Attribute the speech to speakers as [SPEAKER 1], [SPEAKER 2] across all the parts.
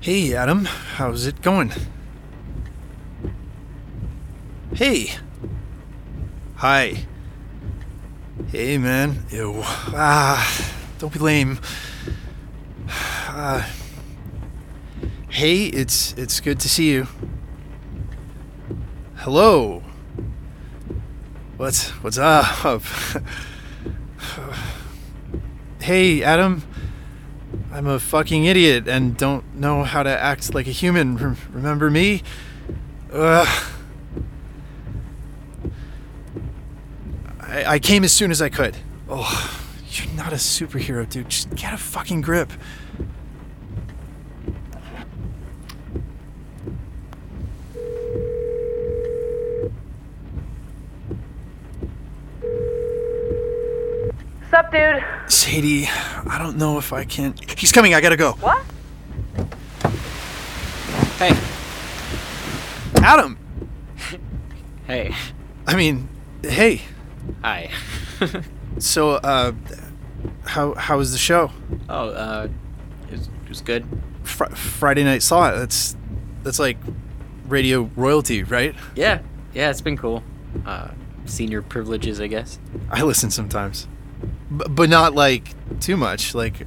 [SPEAKER 1] Hey, Adam. How's it going? Hey. Hi. Hey, man. Ew. Ah, don't be lame. Ah. hey, it's it's good to see you. Hello. What's what's up? hey, Adam. I'm a fucking idiot and don't know how to act like a human. Rem- remember me? Ugh. I-, I came as soon as I could. Oh, you're not a superhero, dude. Just get a fucking grip.
[SPEAKER 2] Sup, dude?
[SPEAKER 1] Sadie, I don't know if I can. He's coming. I gotta go.
[SPEAKER 2] What?
[SPEAKER 3] Hey,
[SPEAKER 1] Adam.
[SPEAKER 3] hey,
[SPEAKER 1] I mean, hey.
[SPEAKER 3] hi.
[SPEAKER 1] So, uh, how how was the show?
[SPEAKER 3] oh, uh, it was, it was good.
[SPEAKER 1] Fr- Friday night saw it. That's that's like radio royalty, right?
[SPEAKER 3] Yeah, yeah, it's been cool. Uh, senior privileges, I guess.
[SPEAKER 1] I listen sometimes, B- but not like too much, like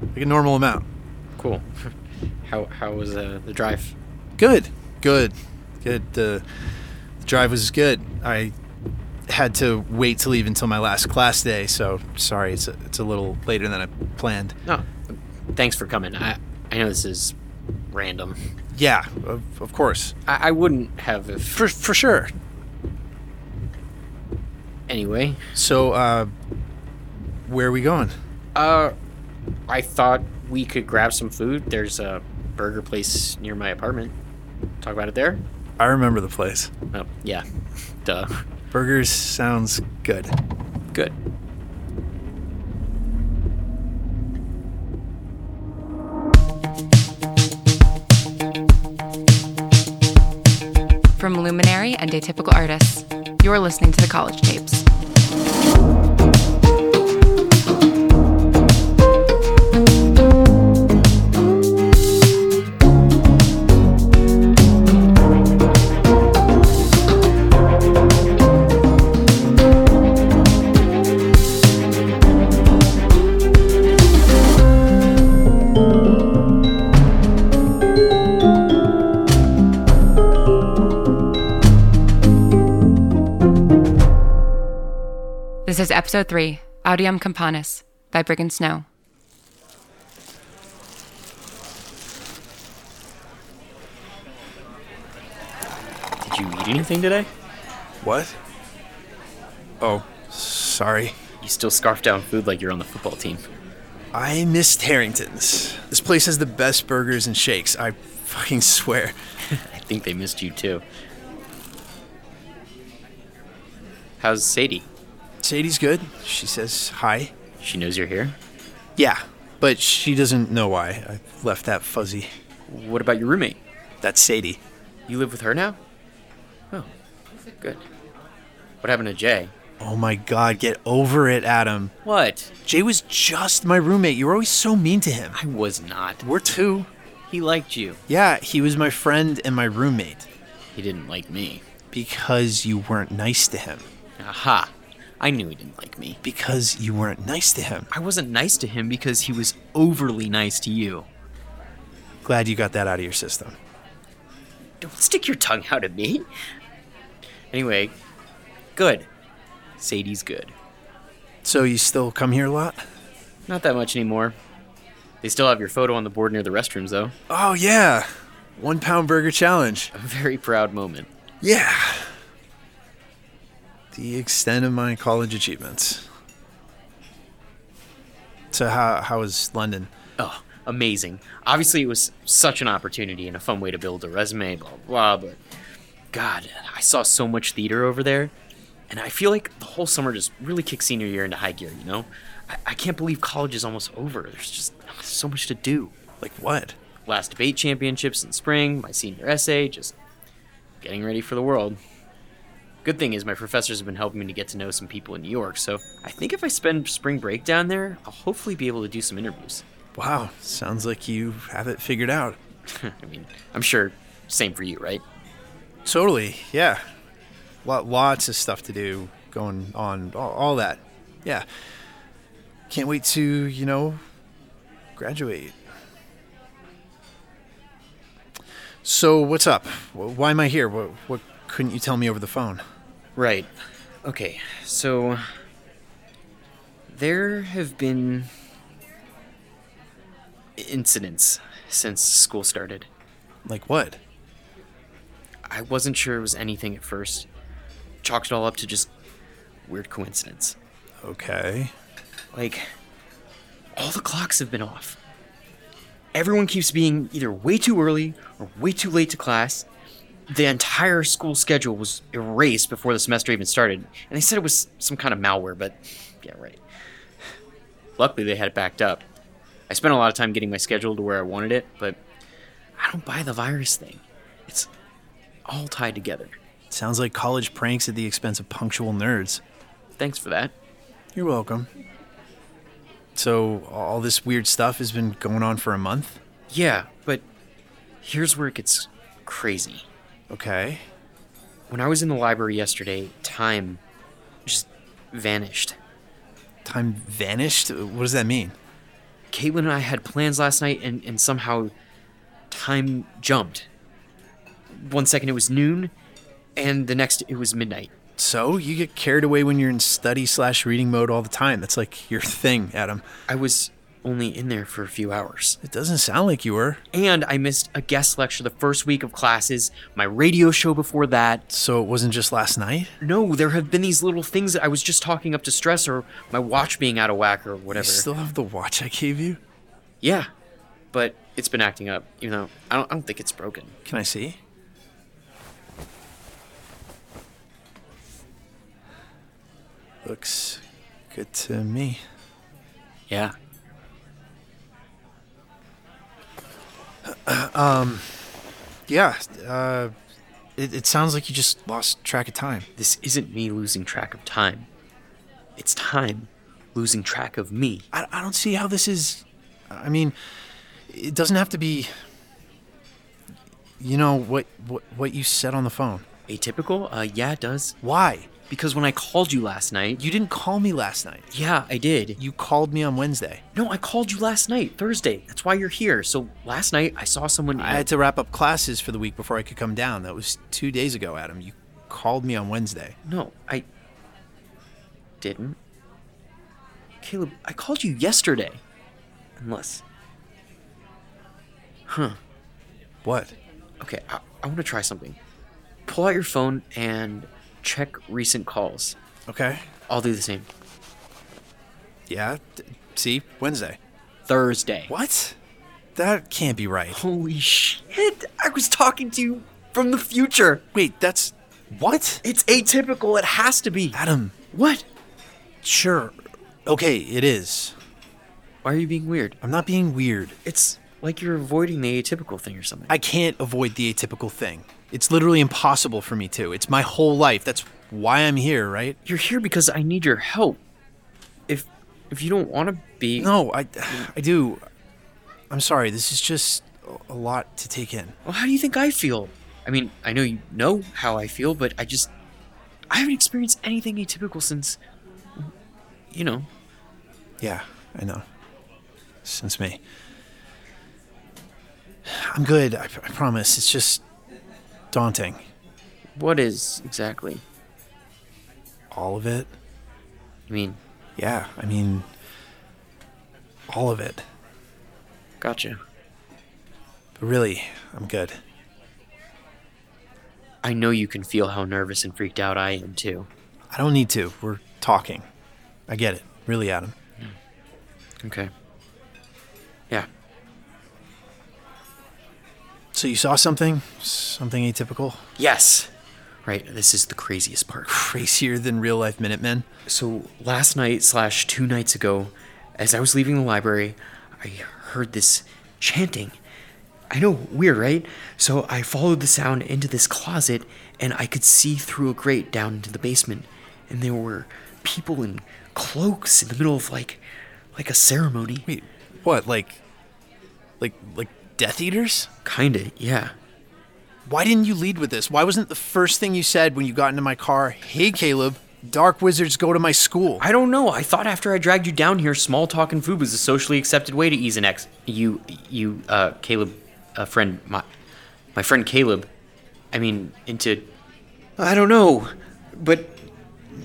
[SPEAKER 1] like a normal amount.
[SPEAKER 3] Cool. how how was uh, the drive?
[SPEAKER 1] Good, good, good. The, the drive was good. I had to wait to leave until my last class day, so sorry, it's a, it's a little later than I planned.
[SPEAKER 3] No, thanks for coming. I I know this is random.
[SPEAKER 1] Yeah, of, of course,
[SPEAKER 3] I, I wouldn't have if
[SPEAKER 1] for for sure.
[SPEAKER 3] anyway.
[SPEAKER 1] So, uh, where are we going?
[SPEAKER 3] Uh, I thought we could grab some food. There's a burger place near my apartment. Talk about it there.
[SPEAKER 1] I remember the place.
[SPEAKER 3] Oh, yeah, duh.
[SPEAKER 1] Burgers sounds good.
[SPEAKER 3] Good.
[SPEAKER 4] From Luminary and Atypical Artists, you're listening to the college tapes. This is episode three Audium Campanus by Brigand Snow.
[SPEAKER 3] Did you eat anything today?
[SPEAKER 1] What? Oh, sorry.
[SPEAKER 3] You still scarf down food like you're on the football team.
[SPEAKER 1] I missed Harrington's. This place has the best burgers and shakes. I fucking swear.
[SPEAKER 3] I think they missed you too. How's Sadie?
[SPEAKER 1] Sadie's good. She says hi.
[SPEAKER 3] She knows you're here.
[SPEAKER 1] Yeah, but she doesn't know why. I left that fuzzy.
[SPEAKER 3] What about your roommate?
[SPEAKER 1] That's Sadie.
[SPEAKER 3] You live with her now? Oh, good. What happened to Jay?
[SPEAKER 1] Oh my god, get over it, Adam.
[SPEAKER 3] What?
[SPEAKER 1] Jay was just my roommate. You were always so mean to him.
[SPEAKER 3] I was not.
[SPEAKER 1] We're two.
[SPEAKER 3] He liked you.
[SPEAKER 1] Yeah, he was my friend and my roommate
[SPEAKER 3] He didn't like me.
[SPEAKER 1] because you weren't nice to him.
[SPEAKER 3] Aha. I knew he didn't like me.
[SPEAKER 1] Because you weren't nice to him.
[SPEAKER 3] I wasn't nice to him because he was overly nice to you.
[SPEAKER 1] Glad you got that out of your system.
[SPEAKER 3] Don't stick your tongue out at me. Anyway, good. Sadie's good.
[SPEAKER 1] So you still come here a lot?
[SPEAKER 3] Not that much anymore. They still have your photo on the board near the restrooms, though.
[SPEAKER 1] Oh yeah, one pound burger challenge.
[SPEAKER 3] A very proud moment.
[SPEAKER 1] Yeah. The extent of my college achievements. So how how was London?
[SPEAKER 3] Oh, amazing. Obviously, it was such an opportunity and a fun way to build a resume, blah, blah, but God, I saw so much theater over there, and I feel like the whole summer just really kicked senior year into high gear, you know? I, I can't believe college is almost over. There's just so much to do.
[SPEAKER 1] Like what?
[SPEAKER 3] Last debate championships in spring, my senior essay, just getting ready for the world. Good thing is, my professors have been helping me to get to know some people in New York, so I think if I spend spring break down there, I'll hopefully be able to do some interviews.
[SPEAKER 1] Wow, sounds like you have it figured out.
[SPEAKER 3] I mean, I'm sure same for you, right?
[SPEAKER 1] Totally. Yeah. Lot, lots of stuff to do going on, all, all that. Yeah. Can't wait to, you know, graduate. So, what's up? Wh- Why am I here? What, what couldn't you tell me over the phone?
[SPEAKER 3] Right. Okay, so there have been incidents since school started.
[SPEAKER 1] Like, what?
[SPEAKER 3] I wasn't sure it was anything at first. Chalked it all up to just weird coincidence.
[SPEAKER 1] Okay.
[SPEAKER 3] Like, all the clocks have been off. Everyone keeps being either way too early or way too late to class. The entire school schedule was erased before the semester even started, and they said it was some kind of malware, but yeah, right. Luckily, they had it backed up. I spent a lot of time getting my schedule to where I wanted it, but I don't buy the virus thing. It's all tied together.
[SPEAKER 1] Sounds like college pranks at the expense of punctual nerds.
[SPEAKER 3] Thanks for that.
[SPEAKER 1] You're welcome. So, all this weird stuff has been going on for a month?
[SPEAKER 3] Yeah, but here's where it gets crazy.
[SPEAKER 1] Okay.
[SPEAKER 3] When I was in the library yesterday, time just vanished.
[SPEAKER 1] Time vanished? What does that mean?
[SPEAKER 3] Caitlin and I had plans last night, and, and somehow time jumped. One second it was noon, and the next it was midnight.
[SPEAKER 1] So you get carried away when you're in study slash reading mode all the time. That's like your thing, Adam.
[SPEAKER 3] I was only in there for a few hours.
[SPEAKER 1] It doesn't sound like you were.
[SPEAKER 3] And I missed a guest lecture the first week of classes, my radio show before that,
[SPEAKER 1] So it wasn't just last night.
[SPEAKER 3] No, there have been these little things that I was just talking up to stress or my watch being out of whack or
[SPEAKER 1] I
[SPEAKER 3] whatever.
[SPEAKER 1] still have the watch I gave you.
[SPEAKER 3] yeah. But it's been acting up, even though I don't, I don't think it's broken.
[SPEAKER 1] Can I see? Looks good to me.
[SPEAKER 3] Yeah.
[SPEAKER 1] Yeah. Uh, it, it sounds like you just lost track of time.
[SPEAKER 3] This isn't me losing track of time. It's time losing track of me.
[SPEAKER 1] I, I don't see how this is. I mean, it doesn't have to be. You know what what what you said on the phone.
[SPEAKER 3] Atypical? Uh, yeah, it does.
[SPEAKER 1] Why?
[SPEAKER 3] Because when I called you last night, you-
[SPEAKER 1] You didn't call me last night.
[SPEAKER 3] yeah, I did.
[SPEAKER 1] You called me on Wednesday.
[SPEAKER 3] No, I called you last night, Thursday. That's why you're here. So last night I saw someone.
[SPEAKER 1] I had to wrap up classes for the week before I could come down. That was two days ago, Adam. You called me on Wednesday.
[SPEAKER 3] No, I didn't. Caleb, I called you yesterday. Unless.
[SPEAKER 1] What?
[SPEAKER 3] Okay, I, I want to try something. Pull out your phone and check recent calls.
[SPEAKER 1] Okay.
[SPEAKER 3] I'll do the same.
[SPEAKER 1] Yeah. d- see, Wednesday.
[SPEAKER 3] Thursday.
[SPEAKER 1] What? That can't be right.
[SPEAKER 3] Holy shit! I was talking to you from the future!
[SPEAKER 1] Wait, that's what?
[SPEAKER 3] It's atypical, it has to be!
[SPEAKER 1] Adam,
[SPEAKER 3] What?
[SPEAKER 1] sure. Okay, it is.
[SPEAKER 3] Why are you being weird?
[SPEAKER 1] I'm not being weird.
[SPEAKER 3] It's like you're avoiding the atypical thing or something.
[SPEAKER 1] I can't avoid the atypical thing. It's literally impossible for me to. It's my whole life. That's why I'm here, right?
[SPEAKER 3] You're here because I need your help. If if you don't want to be
[SPEAKER 1] No, I, I do. I'm sorry. This is just a- a lot to take in.
[SPEAKER 3] Well, how do you think I feel? I mean, I know you know how I feel, but I just I haven't experienced anything atypical since you know.
[SPEAKER 1] Yeah, I know. Since me. I'm good. I, I promise. It's just daunting.
[SPEAKER 3] What is exactly?
[SPEAKER 1] All of it.
[SPEAKER 3] I mean,
[SPEAKER 1] Yeah, I mean, all of it.
[SPEAKER 3] gotcha.
[SPEAKER 1] But really, I'm good.
[SPEAKER 3] I know you can feel how nervous and freaked out I am too.
[SPEAKER 1] I don't need to. We're talking. I get it. Really, Adam.
[SPEAKER 3] Okay. Yeah.
[SPEAKER 1] So you saw something? Something atypical?
[SPEAKER 3] Yes. Right, this is the craziest part.
[SPEAKER 1] Crazier than real life Minutemen?
[SPEAKER 3] So last night slash two nights ago, as I was leaving the library, I heard this chanting. I know, weird, right? So I followed the sound into this closet, and I could see through a grate down into the basement. And there were people in cloaks in the middle of like, like a ceremony.
[SPEAKER 1] Wait, what? Like, like, like Death Eaters?
[SPEAKER 3] Kinda, yeah.
[SPEAKER 1] Why didn't you lead with this? Why wasn't the first thing you said when you got into my car, hey, Caleb, dark wizards go to my school?
[SPEAKER 3] I don't know. I thought after I dragged you down here, small talk and food was a socially accepted way to ease an ex. You, you, uh, Caleb, a friend, my, my friend Caleb. I mean, into. I don't know, but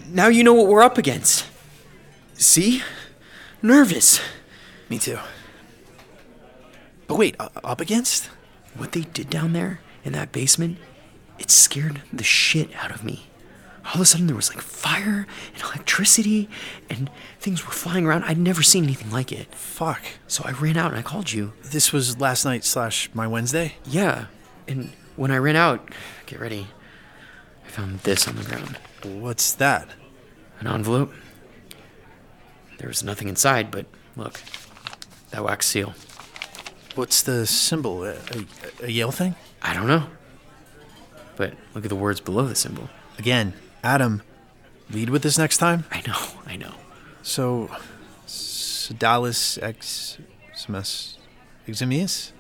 [SPEAKER 3] now you know what we're up against. See, nervous.
[SPEAKER 1] Me too. But wait, u- up against?
[SPEAKER 3] What they did down there in that basement, it scared the shit out of me. All of a sudden, there was like fire and electricity, and things were flying around. I'd never seen anything like it.
[SPEAKER 1] Fuck.
[SPEAKER 3] So I ran out and I called you.
[SPEAKER 1] This was last night slash my Wednesday?
[SPEAKER 3] Yeah, and when I ran out, get ready. I found this on the ground
[SPEAKER 1] What's that?
[SPEAKER 3] an envelope. There was nothing inside, but look, that wax seal.
[SPEAKER 1] What's the symbol? A, a, a Yale thing?
[SPEAKER 3] I don't know. But look at the words below the symbol.
[SPEAKER 1] Again, Adam, lead with this next time?
[SPEAKER 3] I know, I know.
[SPEAKER 1] So, Sedalis ex semes- eximius?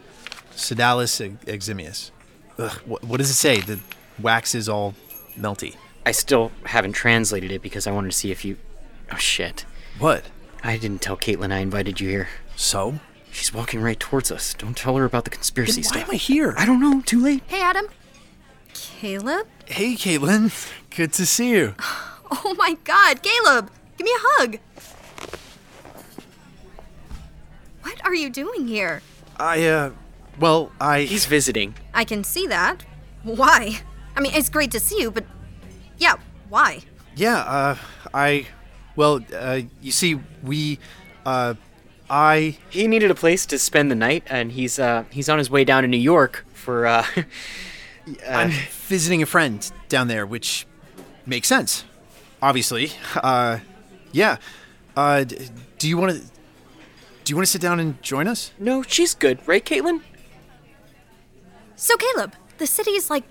[SPEAKER 1] Sedalis ex- eximius. Ugh, what, what does it say? The wax is all melty.
[SPEAKER 3] I still haven't translated it because I wanted to see if you. Oh shit.
[SPEAKER 1] What?
[SPEAKER 3] I didn't tell Caitlin I invited you here.
[SPEAKER 1] So?
[SPEAKER 3] She's walking right towards us. Don't tell her about the conspiracy
[SPEAKER 1] Then why
[SPEAKER 3] stuff.
[SPEAKER 1] am I here?
[SPEAKER 3] I don't know. Too late.
[SPEAKER 2] Hey, Adam. Caleb?
[SPEAKER 1] Hey, Caitlin. Good to see you.
[SPEAKER 2] Oh my god, Caleb! Give me a hug! What are you doing here?
[SPEAKER 1] I, uh, well, I.
[SPEAKER 3] He's visiting.
[SPEAKER 2] I can see that. Why? I mean, it's great to see you, but. Yeah, why?
[SPEAKER 1] Yeah, uh, I. Well, uh, you see, we. Uh, I.
[SPEAKER 3] He needed a place to spend the night, and he's uh he's on his way down to New York for uh.
[SPEAKER 1] I'm visiting a friend down there, which makes sense, obviously. Uh, yeah. Uh, d- do you want to? Do you want to sit down and join us?
[SPEAKER 3] no, she's good, right, Caitlin?
[SPEAKER 2] So, Caleb, the city is like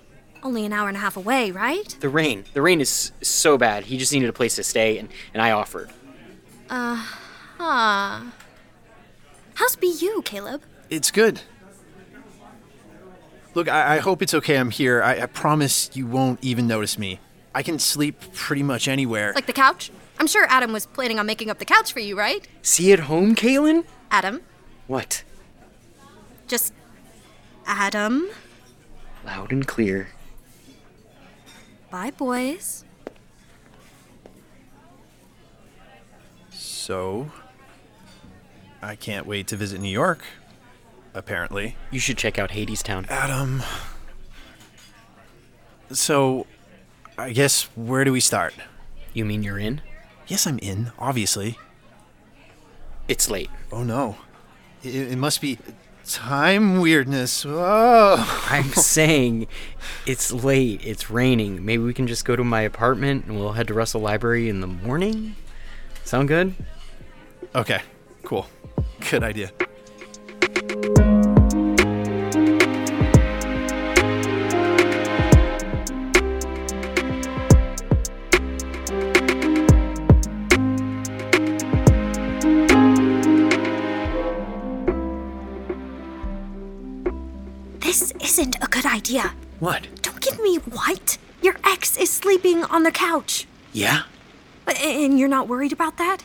[SPEAKER 2] only an hour and a half away, right?
[SPEAKER 3] The rain, the rain is so bad. He just needed a place to stay, and and I offered.
[SPEAKER 2] Huh. How's BU, Caleb?
[SPEAKER 1] It's good. Look, I, I hope it's okay. I'm here. I, I promise you won't even notice me. I can sleep pretty much anywhere.
[SPEAKER 2] Like the couch? I'm sure Adam was planning on making up the couch for you, right?
[SPEAKER 3] See at home, Caitlin?
[SPEAKER 2] Adam?
[SPEAKER 3] What?
[SPEAKER 2] Just. Adam?
[SPEAKER 3] Loud and clear.
[SPEAKER 2] Bye, boys.
[SPEAKER 1] so, I can't wait to visit New York. Apparently.
[SPEAKER 3] You should check out Hadestown.
[SPEAKER 1] Adam. So, I guess where do we start?
[SPEAKER 3] You mean you're in?
[SPEAKER 1] Yes, I'm in, obviously.
[SPEAKER 3] It's late.
[SPEAKER 1] Oh no. It, it must be time weirdness. Oh.
[SPEAKER 3] I'm saying it's late. It's raining. Maybe we can just go to my apartment and we'll head to Russell Library in the morning. Sound good?
[SPEAKER 1] Okay, cool. Good idea.
[SPEAKER 2] This isn't a good idea.
[SPEAKER 3] What?
[SPEAKER 2] Don't give me what? Your ex is sleeping on the couch.
[SPEAKER 3] Yeah?
[SPEAKER 2] But, and you're not worried about that?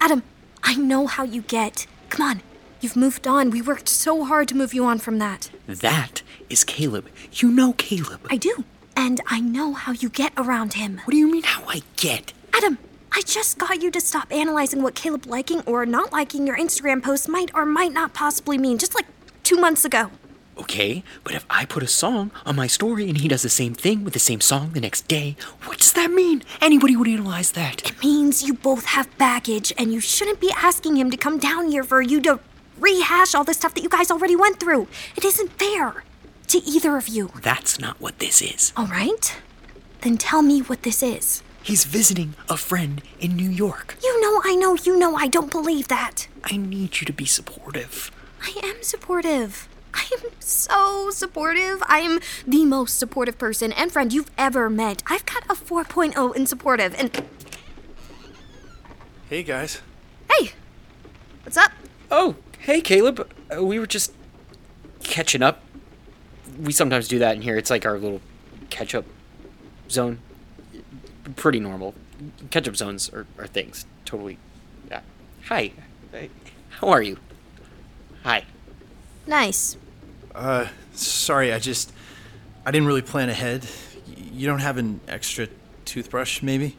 [SPEAKER 2] Adam, I know how you get. Come on. You've moved on. We worked so hard to move you on from that.
[SPEAKER 3] That is Caleb. You know Caleb.
[SPEAKER 2] I do. And I know how you get around him.
[SPEAKER 3] what do you mean how I get?
[SPEAKER 2] Adam, I just got you to stop analyzing what Caleb liking or not liking your Instagram post might or might not possibly mean, just like two months ago.
[SPEAKER 3] Okay, but if I put a song on my story and he does the same thing with the same song the next day, what does that mean? Anybody would analyze that.
[SPEAKER 2] means you both have baggage, and you shouldn't be asking him to come down here for you to rehash all the stuff that you guys already went through. It isn't fair to either of you.
[SPEAKER 3] That's not what this is.
[SPEAKER 2] All right? Then tell me what this is.
[SPEAKER 3] He's visiting a friend in New York.
[SPEAKER 2] You know, I know, you know, I don't believe that.
[SPEAKER 3] I need you to be supportive.
[SPEAKER 2] I am supportive. I am so supportive. I am the most supportive person and friend you've ever met. I've got a 4.0 in supportive, and
[SPEAKER 1] Hey guys.
[SPEAKER 2] hey, what's up?
[SPEAKER 3] Oh, hey, Caleb. Uh, we were just catching up. We sometimes do that in here. It's like our little catch up zone. Pretty normal. Catch up zones are, are things. Totally. Yeah. Hi. Hey. How are you? Hi.
[SPEAKER 2] Nice.
[SPEAKER 1] Sorry, I just I didn't really plan ahead. Y- You don't have an extra toothbrush, maybe?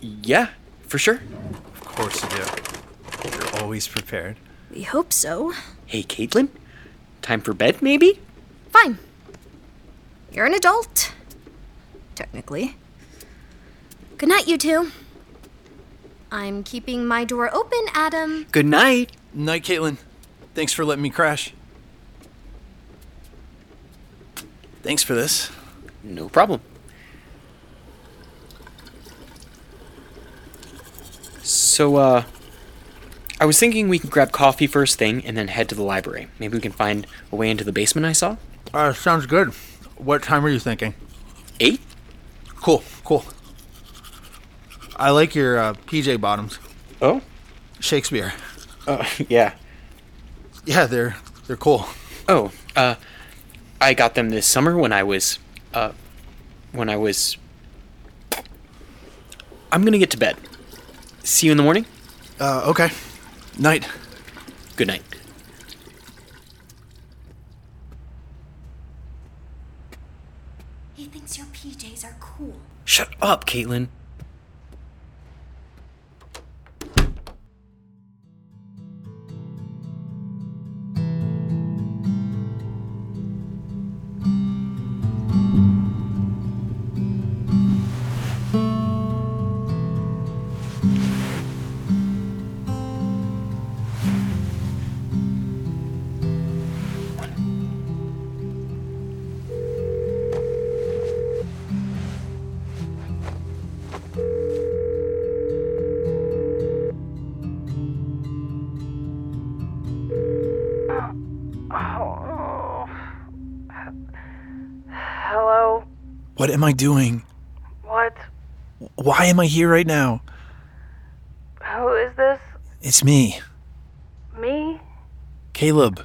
[SPEAKER 3] Yeah, for sure.
[SPEAKER 1] Of course you do. You're always prepared.
[SPEAKER 2] We hope so.
[SPEAKER 3] Hey, Caitlin? Time for bed, maybe?
[SPEAKER 2] Fine. You're an adult. Technically. Good night, you two. I'm keeping my door open, Adam.
[SPEAKER 3] Good night.
[SPEAKER 1] Night, Caitlin. Thanks for letting me crash. Thanks for this.
[SPEAKER 3] No problem. So, uh, I was thinking we could grab coffee first thing and then head to the library. Maybe we can find a way into the basement I saw?
[SPEAKER 1] Uh, sounds good. What time are you thinking?
[SPEAKER 3] Eight?
[SPEAKER 1] Cool, cool. I like your uh, PJ bottoms.
[SPEAKER 3] Oh,
[SPEAKER 1] Shakespeare.
[SPEAKER 3] uh, yeah.
[SPEAKER 1] Yeah, they're they're cool.
[SPEAKER 3] Oh, uh, I got them this summer when I was, uh, when I was. I'm gonna get to bed. See you in the morning.
[SPEAKER 1] Uh, okay. Night.
[SPEAKER 3] Good night.
[SPEAKER 2] He thinks your PJs are cool.
[SPEAKER 3] Shut up, Caitlin.
[SPEAKER 5] Oh. Hello?
[SPEAKER 1] What am I doing?
[SPEAKER 5] What?
[SPEAKER 1] Why am I here right now?
[SPEAKER 5] Who is this?
[SPEAKER 1] It's me,
[SPEAKER 5] Me?
[SPEAKER 1] Caleb.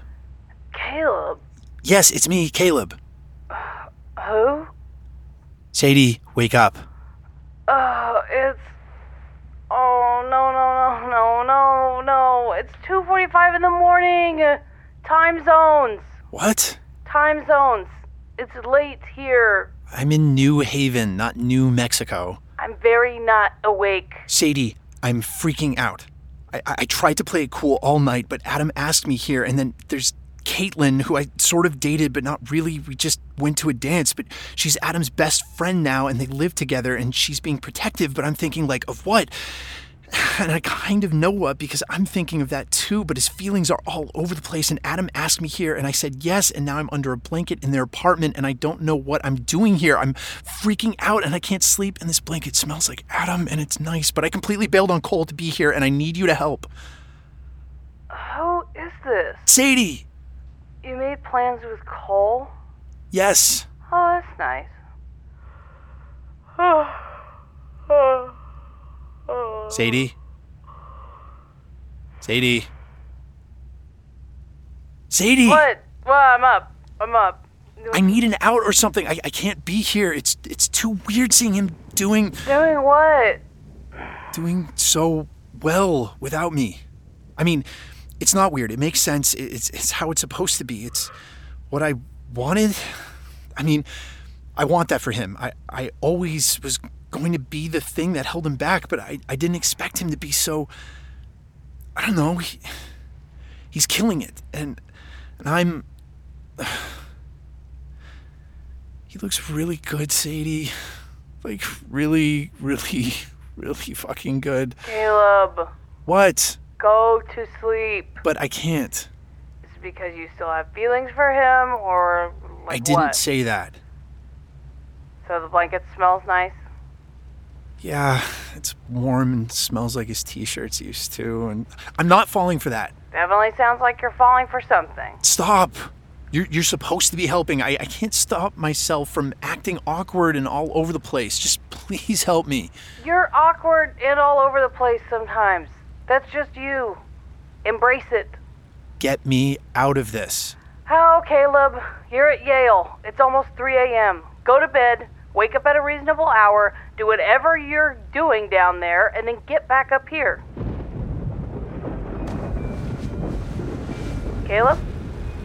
[SPEAKER 5] Caleb?
[SPEAKER 1] Yes, it's me, Caleb.
[SPEAKER 5] Who?
[SPEAKER 1] Sadie, wake up.
[SPEAKER 5] Oh, it's. Oh, no, no, no, no, no, no. It's 2.45 in the morning. Time zones.
[SPEAKER 1] What?
[SPEAKER 5] Time zones. It's late here.
[SPEAKER 1] I'm in New Haven, not New Mexico.
[SPEAKER 5] I'm very not awake.
[SPEAKER 1] Sadie, I'm freaking out. I, I, I tried to play it cool all night, but Adam asked me here, and then there's Caitlin, who I sort of dated, but not really. We just went to a dance, but she's Adam's best friend now, and they live together, and she's being protective, but I'm thinking, like, of what? And I kind of know what because I'm thinking of that too, but his feelings are all over the place. And Adam asked me here, and I said yes, and now I'm under a blanket in their apartment, and I don't know what I'm doing here. I'm freaking out, and I can't sleep, and this blanket smells like Adam, and it's nice, but I completely bailed on Cole to be here, and I need you to help.
[SPEAKER 5] Who is this?
[SPEAKER 1] Sadie!
[SPEAKER 5] You made plans with Cole?
[SPEAKER 1] Yes.
[SPEAKER 5] Oh, that's nice. Oh, oh, oh.
[SPEAKER 1] Sadie? Sadie? Sadie!
[SPEAKER 5] What? Well, I'm up. I'm up.
[SPEAKER 1] I need an out or something. I, I can't be here. It's it's too weird seeing him doing
[SPEAKER 5] Doing what?
[SPEAKER 1] doing so well without me. I mean, it's not weird. It makes sense. It- It's, it's how it's supposed to be. It's what I wanted. I mean, I want that for him. I, I always was going to be the thing that held him back, but I, I didn't expect him to be so. I don't know. He, he's killing it. And, and I'm. He looks really good, Sadie. Like, really, really, really fucking good.
[SPEAKER 5] Caleb,
[SPEAKER 1] What?
[SPEAKER 5] go to sleep.
[SPEAKER 1] But I can't.
[SPEAKER 5] Is it because you still have feelings for him, or like
[SPEAKER 1] I didn't
[SPEAKER 5] what?
[SPEAKER 1] say that.
[SPEAKER 5] So the blanket smells nice.
[SPEAKER 1] Yeah, it's warm and smells like his t-shirts used to and I'm not falling for that.
[SPEAKER 5] Definitely sounds like you're falling for something.
[SPEAKER 1] Stop. You're, you're supposed to be helping. I, I can't stop myself from acting awkward and all over the place. Just please help me.
[SPEAKER 5] You're awkward and all over the place sometimes. That's just you. Embrace it.
[SPEAKER 1] Get me out of this.
[SPEAKER 5] Oh, Caleb, you're at Yale. It's almost 3 a.m. Go to bed, wake up at a reasonable hour, do whatever you're doing down there, and then get back up here. Caleb?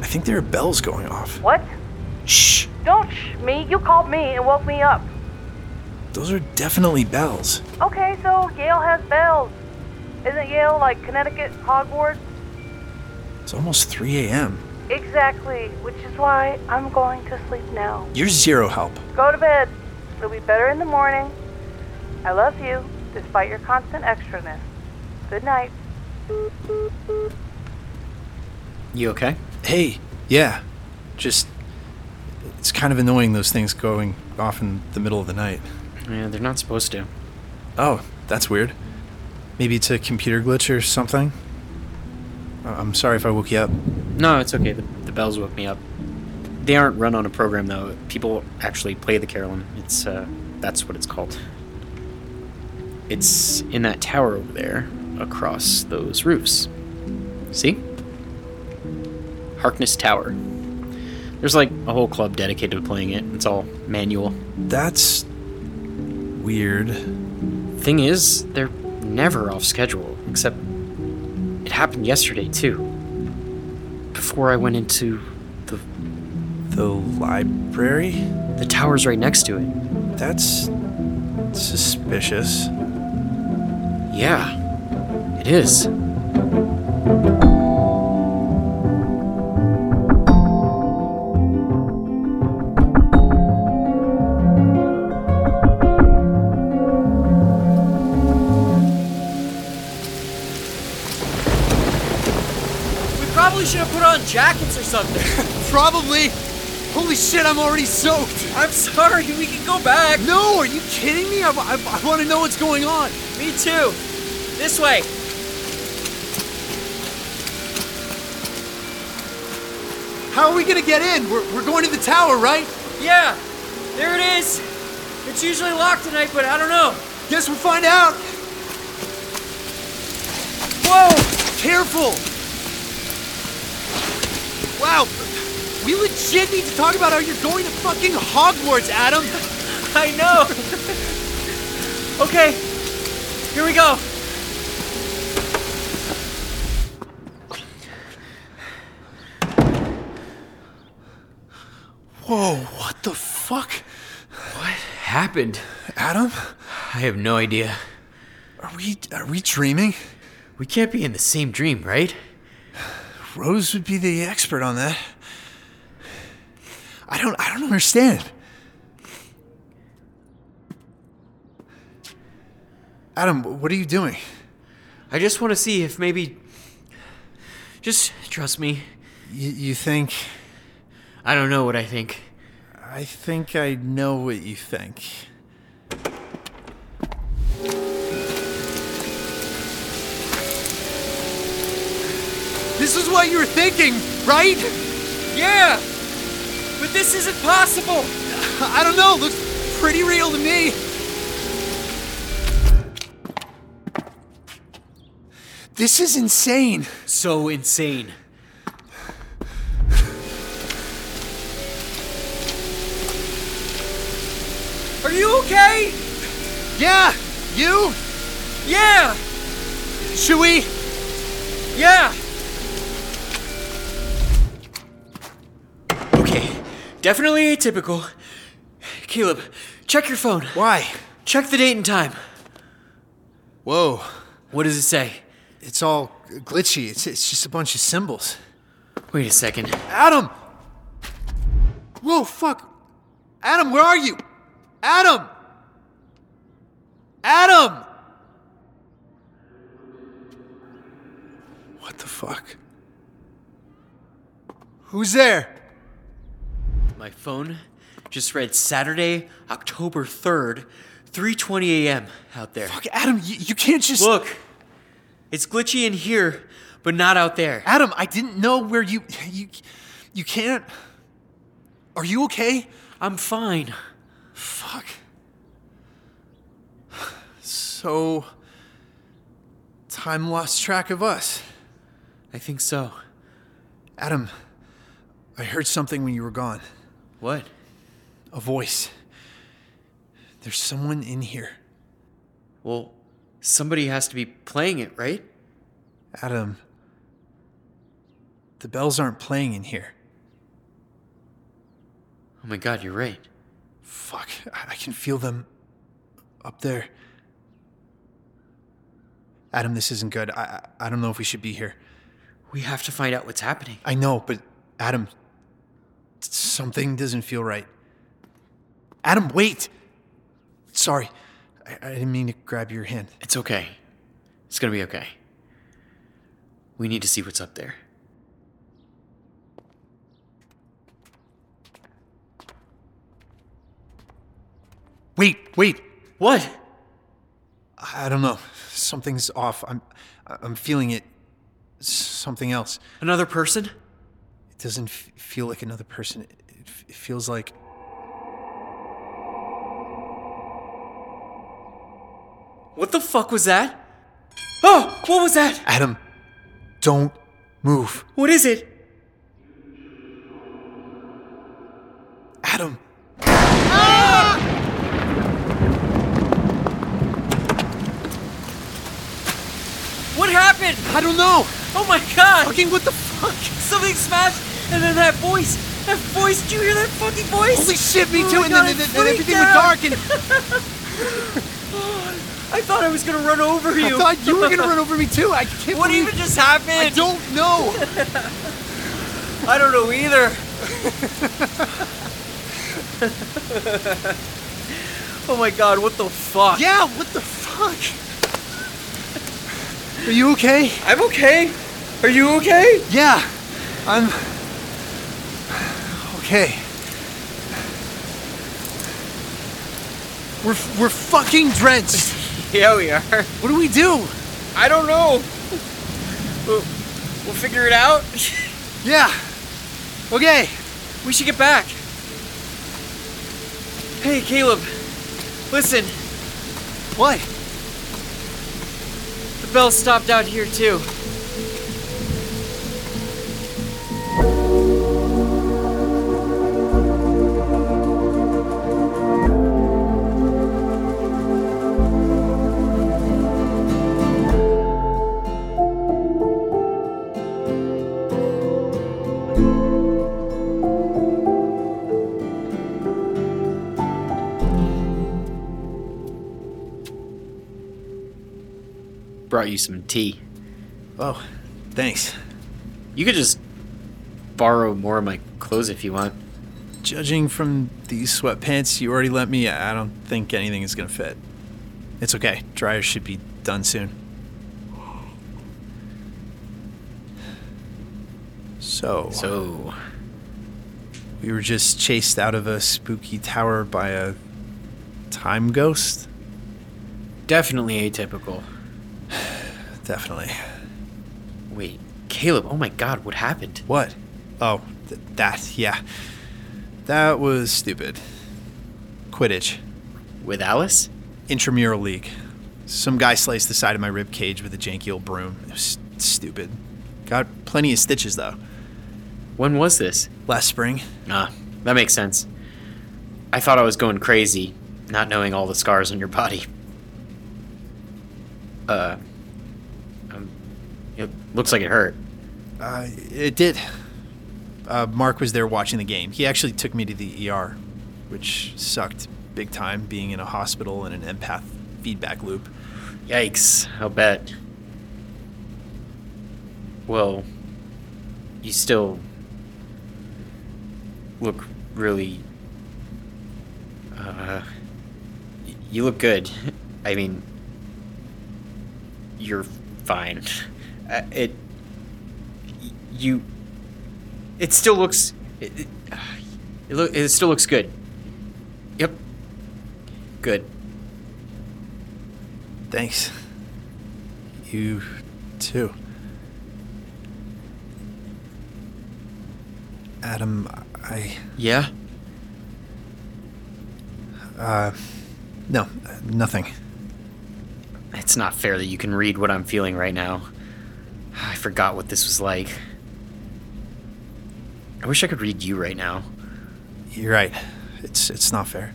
[SPEAKER 6] I think there are bells going off.
[SPEAKER 5] What?
[SPEAKER 6] Shh!
[SPEAKER 5] Don't shh me. You called me and woke me up.
[SPEAKER 6] Those are definitely bells.
[SPEAKER 5] Okay, so Yale has bells. Isn't Yale like Connecticut, Hogwarts?
[SPEAKER 6] It's almost 3 a.m.
[SPEAKER 5] Exactly, which is why I'm going to sleep now.
[SPEAKER 6] You're zero help.
[SPEAKER 5] Go to bed. It'll be better in the morning. I love you, despite your constant extraness. Good night.
[SPEAKER 3] You okay?
[SPEAKER 6] Hey,
[SPEAKER 1] Yeah, just it's kind of annoying those things going off in the middle of the night.
[SPEAKER 3] Yeah, they're not supposed to.
[SPEAKER 6] oh, that's weird.
[SPEAKER 1] Maybe it's a computer glitch or something. I- I'm sorry if I woke you up.
[SPEAKER 3] No, it's okay. The, the bells woke me up. They aren't run on a program though. People actually play the carillon. It's uh, that's what it's called. It's in that tower over there, across those roofs. See? Harkness Tower. There's like a whole club dedicated to playing it. It's all manual.
[SPEAKER 6] That's weird.
[SPEAKER 3] Thing is, they're never off schedule, except it happened yesterday, too. Before I went into the,
[SPEAKER 6] The library?
[SPEAKER 3] the towers right next to it.
[SPEAKER 6] That's suspicious.
[SPEAKER 3] Yeah, it is. We probably should have put on jackets or something.
[SPEAKER 7] Probably. Holy shit, I'm already soaked.
[SPEAKER 3] I'm sorry, we can go back.
[SPEAKER 7] No, are you kidding me? I, want to know what's going on.
[SPEAKER 3] Me too. This way.
[SPEAKER 7] How are we going to get in? We're, we're going to the tower, right?
[SPEAKER 3] Yeah, there it is. It's usually locked tonight, but I don't know.
[SPEAKER 7] Guess we'll find out. Whoa! Careful! Wow, we legit need to talk about how you're going to fucking Hogwarts, Adam.
[SPEAKER 3] I know. okay, here we go.
[SPEAKER 6] Whoa, what the fuck?
[SPEAKER 8] Happened.
[SPEAKER 6] Adam?
[SPEAKER 8] I have no idea.
[SPEAKER 6] Are we are we dreaming?
[SPEAKER 8] We can't be in the same dream, right?
[SPEAKER 6] Rose would be the expert on that. I don't I don't understand. Adam, what are you doing?
[SPEAKER 8] I just want to see if maybe. Just trust me.
[SPEAKER 1] You, you think?
[SPEAKER 8] I don't know what I think.
[SPEAKER 1] I think I know what you think.
[SPEAKER 7] This is what you were thinking, right?
[SPEAKER 3] Yeah, but this isn't possible.
[SPEAKER 7] I don't know, looks pretty real to me.
[SPEAKER 6] This is insane.
[SPEAKER 8] So insane.
[SPEAKER 3] Are you okay?
[SPEAKER 7] Yeah, you?
[SPEAKER 3] Yeah,
[SPEAKER 7] Should we?
[SPEAKER 3] yeah.
[SPEAKER 8] Okay, definitely atypical. Caleb, check your phone.
[SPEAKER 6] Why?
[SPEAKER 8] Check the date and time.
[SPEAKER 6] Whoa.
[SPEAKER 8] What does it say?
[SPEAKER 6] It's all glitchy. It's it's just a bunch of symbols.
[SPEAKER 8] Wait a second.
[SPEAKER 6] Adam!
[SPEAKER 7] Whoa, fuck. Adam, where are you? Adam! Adam!
[SPEAKER 6] What the fuck?
[SPEAKER 7] Who's there?
[SPEAKER 8] My phone just read Saturday, October 3rd, 3:20 a.m. out there.
[SPEAKER 6] Fuck, Adam, you, you can't just
[SPEAKER 8] Look. It's glitchy in here, but not out there.
[SPEAKER 6] Adam, I didn't know where you you you can't
[SPEAKER 7] Are you okay?
[SPEAKER 8] I'm fine.
[SPEAKER 6] Fuck. So time lost track of us.
[SPEAKER 8] I think so.
[SPEAKER 6] Adam,
[SPEAKER 1] I heard something when you were gone.
[SPEAKER 3] What?
[SPEAKER 1] A voice. There's someone in here.
[SPEAKER 3] Well, somebody has to be playing it, right?
[SPEAKER 1] Adam. The bells aren't playing in here.
[SPEAKER 3] Oh my god, you're right.
[SPEAKER 1] Fuck, I I can feel them up there. Adam, this isn't good. I, I I don't know if we should be here.
[SPEAKER 3] We have to find out what's happening.
[SPEAKER 1] I know, but Adam, something doesn't feel right. Adam, wait! Sorry, I, I didn't mean to grab your hand.
[SPEAKER 3] It's okay. It's gonna be okay. We need to see what's up there.
[SPEAKER 1] Wait, wait!
[SPEAKER 3] What?
[SPEAKER 1] I I don't know. Something's off. I'm I- I'm feeling it. S- Something else.
[SPEAKER 3] Another person?
[SPEAKER 1] It doesn't f- feel like another person. It, it, f- it feels like
[SPEAKER 3] What the fuck was that? Oh, what was that?
[SPEAKER 1] Adam. Don't move,
[SPEAKER 3] What is it?
[SPEAKER 1] Adam.
[SPEAKER 3] What happened?
[SPEAKER 7] I don't know.
[SPEAKER 3] Oh my god!
[SPEAKER 7] Fucking what the fuck?
[SPEAKER 3] Something smashed, and then that voice. That voice. Do you hear that fucking voice?
[SPEAKER 7] Holy shit, me
[SPEAKER 3] Oh
[SPEAKER 7] too.
[SPEAKER 3] my
[SPEAKER 7] and
[SPEAKER 3] God,
[SPEAKER 7] then,
[SPEAKER 3] I
[SPEAKER 7] then- then
[SPEAKER 3] freaked
[SPEAKER 7] everything
[SPEAKER 3] out.
[SPEAKER 7] was dark, and
[SPEAKER 3] I thought I was gonna run over you.
[SPEAKER 7] I thought you were gonna run over me too. I can't
[SPEAKER 3] What
[SPEAKER 7] believe.
[SPEAKER 3] even just happened?
[SPEAKER 7] I don't know.
[SPEAKER 3] I don't know either. oh my god, what the fuck?
[SPEAKER 7] yeah, what the fuck? Are you okay?
[SPEAKER 3] I'm okay. Are you okay?
[SPEAKER 7] Yeah, I'm okay. We're we're fucking drenched.
[SPEAKER 3] Yeah, we are.
[SPEAKER 7] What do we do?
[SPEAKER 3] I don't know. We'll, we'll figure it out.
[SPEAKER 7] Yeah. Okay.
[SPEAKER 3] We should get back. Hey, Caleb. Listen,
[SPEAKER 7] What?
[SPEAKER 3] the bell stopped out here too. Brought you some tea.
[SPEAKER 1] Oh, thanks.
[SPEAKER 3] You could just borrow more of my clothes if you want.
[SPEAKER 1] Judging from these sweatpants you already lent me, I don't think anything is gonna fit. It's okay. Dryer should be done soon. So,
[SPEAKER 3] So,
[SPEAKER 1] we were just chased out of a spooky tower by a time ghost?
[SPEAKER 3] definitely atypical.
[SPEAKER 1] Definitely.
[SPEAKER 3] Wait, Caleb, oh my god, what happened?
[SPEAKER 1] What? Oh, th- that, yeah. That was stupid. Quidditch.
[SPEAKER 3] With Alice?
[SPEAKER 1] intramural league. Some guy sliced the side of my rib cage with a janky old broom. It was stupid. Got plenty of stitches though.
[SPEAKER 3] When was this?
[SPEAKER 1] Last spring,
[SPEAKER 3] Ah, that makes sense. I thought I was going crazy, not knowing all the scars on your body. Uh, um, it looks like it hurt.
[SPEAKER 1] uh, it did. Uh, Mark was there watching the game. He actually took me to the ER, which sucked big time. Being in a hospital and an empath feedback loop.
[SPEAKER 3] Yikes, I'll bet. Well, you still look really. Uh, y- you look good. I mean, you're fine. Uh, it. y- You. It still looks. It, it, it, look, it still looks good. Yep. Good.
[SPEAKER 1] Thanks. You too. Adam, I.
[SPEAKER 3] Yeah?
[SPEAKER 1] No, nothing.
[SPEAKER 3] It's not fair that you can read what I'm feeling right now. I forgot what this was like. I wish I could read you right now.
[SPEAKER 1] You're right. It's it's not fair.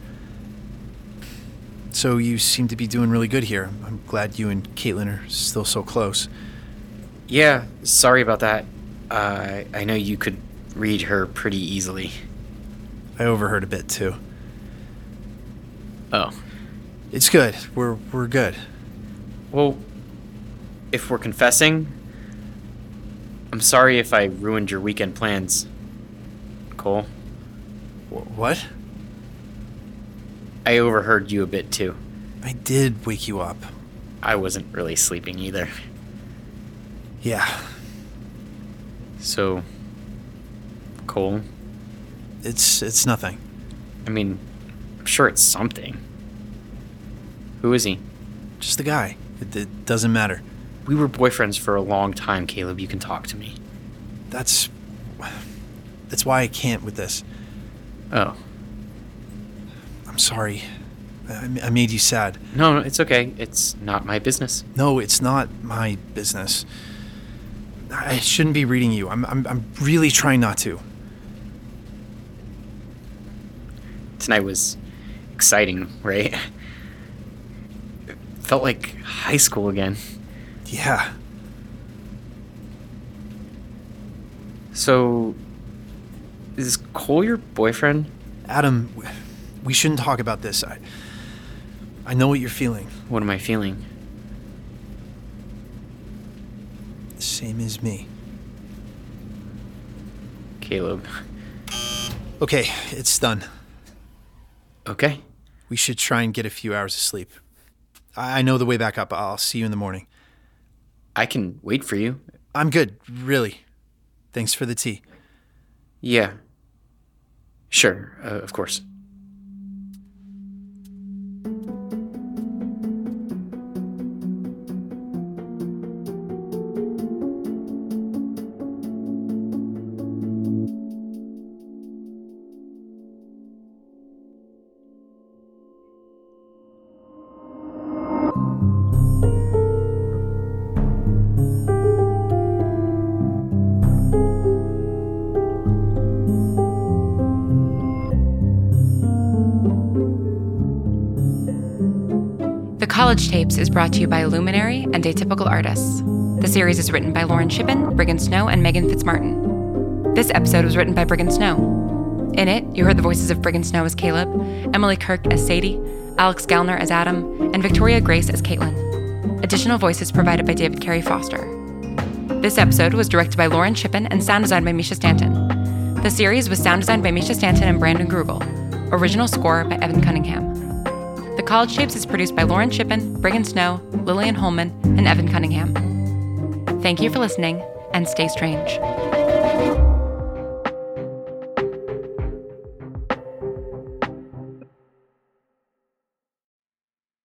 [SPEAKER 1] So you seem to be doing really good here. I'm glad you and Caitlin are still so close.
[SPEAKER 3] Yeah, sorry about that. Uh, I know you could read her pretty easily.
[SPEAKER 1] I overheard a bit too.
[SPEAKER 3] Oh.
[SPEAKER 1] It's good. We're we're good.
[SPEAKER 3] Well, if we're confessing, I'm sorry if I ruined your weekend plans. Cole,
[SPEAKER 1] Wh- What?
[SPEAKER 3] I overheard you a bit too.
[SPEAKER 1] I did wake you up.
[SPEAKER 3] I wasn't really sleeping either.
[SPEAKER 1] Yeah.
[SPEAKER 3] So, Cole,
[SPEAKER 1] It's it's nothing.
[SPEAKER 3] I mean, I'm sure it's something. Who is he?
[SPEAKER 1] Just the guy. It, it doesn't matter.
[SPEAKER 3] We were boyfriends for a long time, Caleb. You can talk to me.
[SPEAKER 1] That's that's why I can't with this.
[SPEAKER 3] Oh.
[SPEAKER 1] I'm sorry. I, I made you sad.
[SPEAKER 3] No, no, it's okay. It's not my business.
[SPEAKER 1] No, it's not my business. I shouldn't be reading you. I'm, I'm, I'm really trying not to.
[SPEAKER 3] Tonight was exciting, right? It felt like high school again.
[SPEAKER 1] Yeah.
[SPEAKER 3] So, is Cole your boyfriend?
[SPEAKER 1] Adam, we shouldn't talk about this. I, I know what you're feeling.
[SPEAKER 3] What am I feeling?
[SPEAKER 1] Same as me.
[SPEAKER 3] Caleb.
[SPEAKER 1] Okay, it's done.
[SPEAKER 3] Okay.
[SPEAKER 1] We should try and get a few hours of sleep. I, I know the way back up. I'll see you in the morning.
[SPEAKER 3] I can wait for you.
[SPEAKER 1] I'm good, really. Thanks for the tea.
[SPEAKER 3] Yeah. Sure, uh, of course.
[SPEAKER 4] The College Tapes is brought to you by Luminary and Atypical Artists. The series is written by Lauren Shippen, Brigham Snow, and Megan Fitzmartin. This episode was written by Brigham Snow. In it, you heard the voices of Brigham Snow as Caleb, Emily Kirk as Sadie, Alex Gallner as Adam, and Victoria Grace as Caitlin. Additional voices provided by David Carey Foster. This episode was directed by Lauren Shippen and sound designed by Misha Stanton. The series was sound designed by Misha Stanton and Brandon Grugel. Original score by Evan Cunningham. The College Tapes is produced by Lauren Shippen, Brigham Snow, Lillian Holman, and Evan Cunningham. Thank you for listening, and stay strange.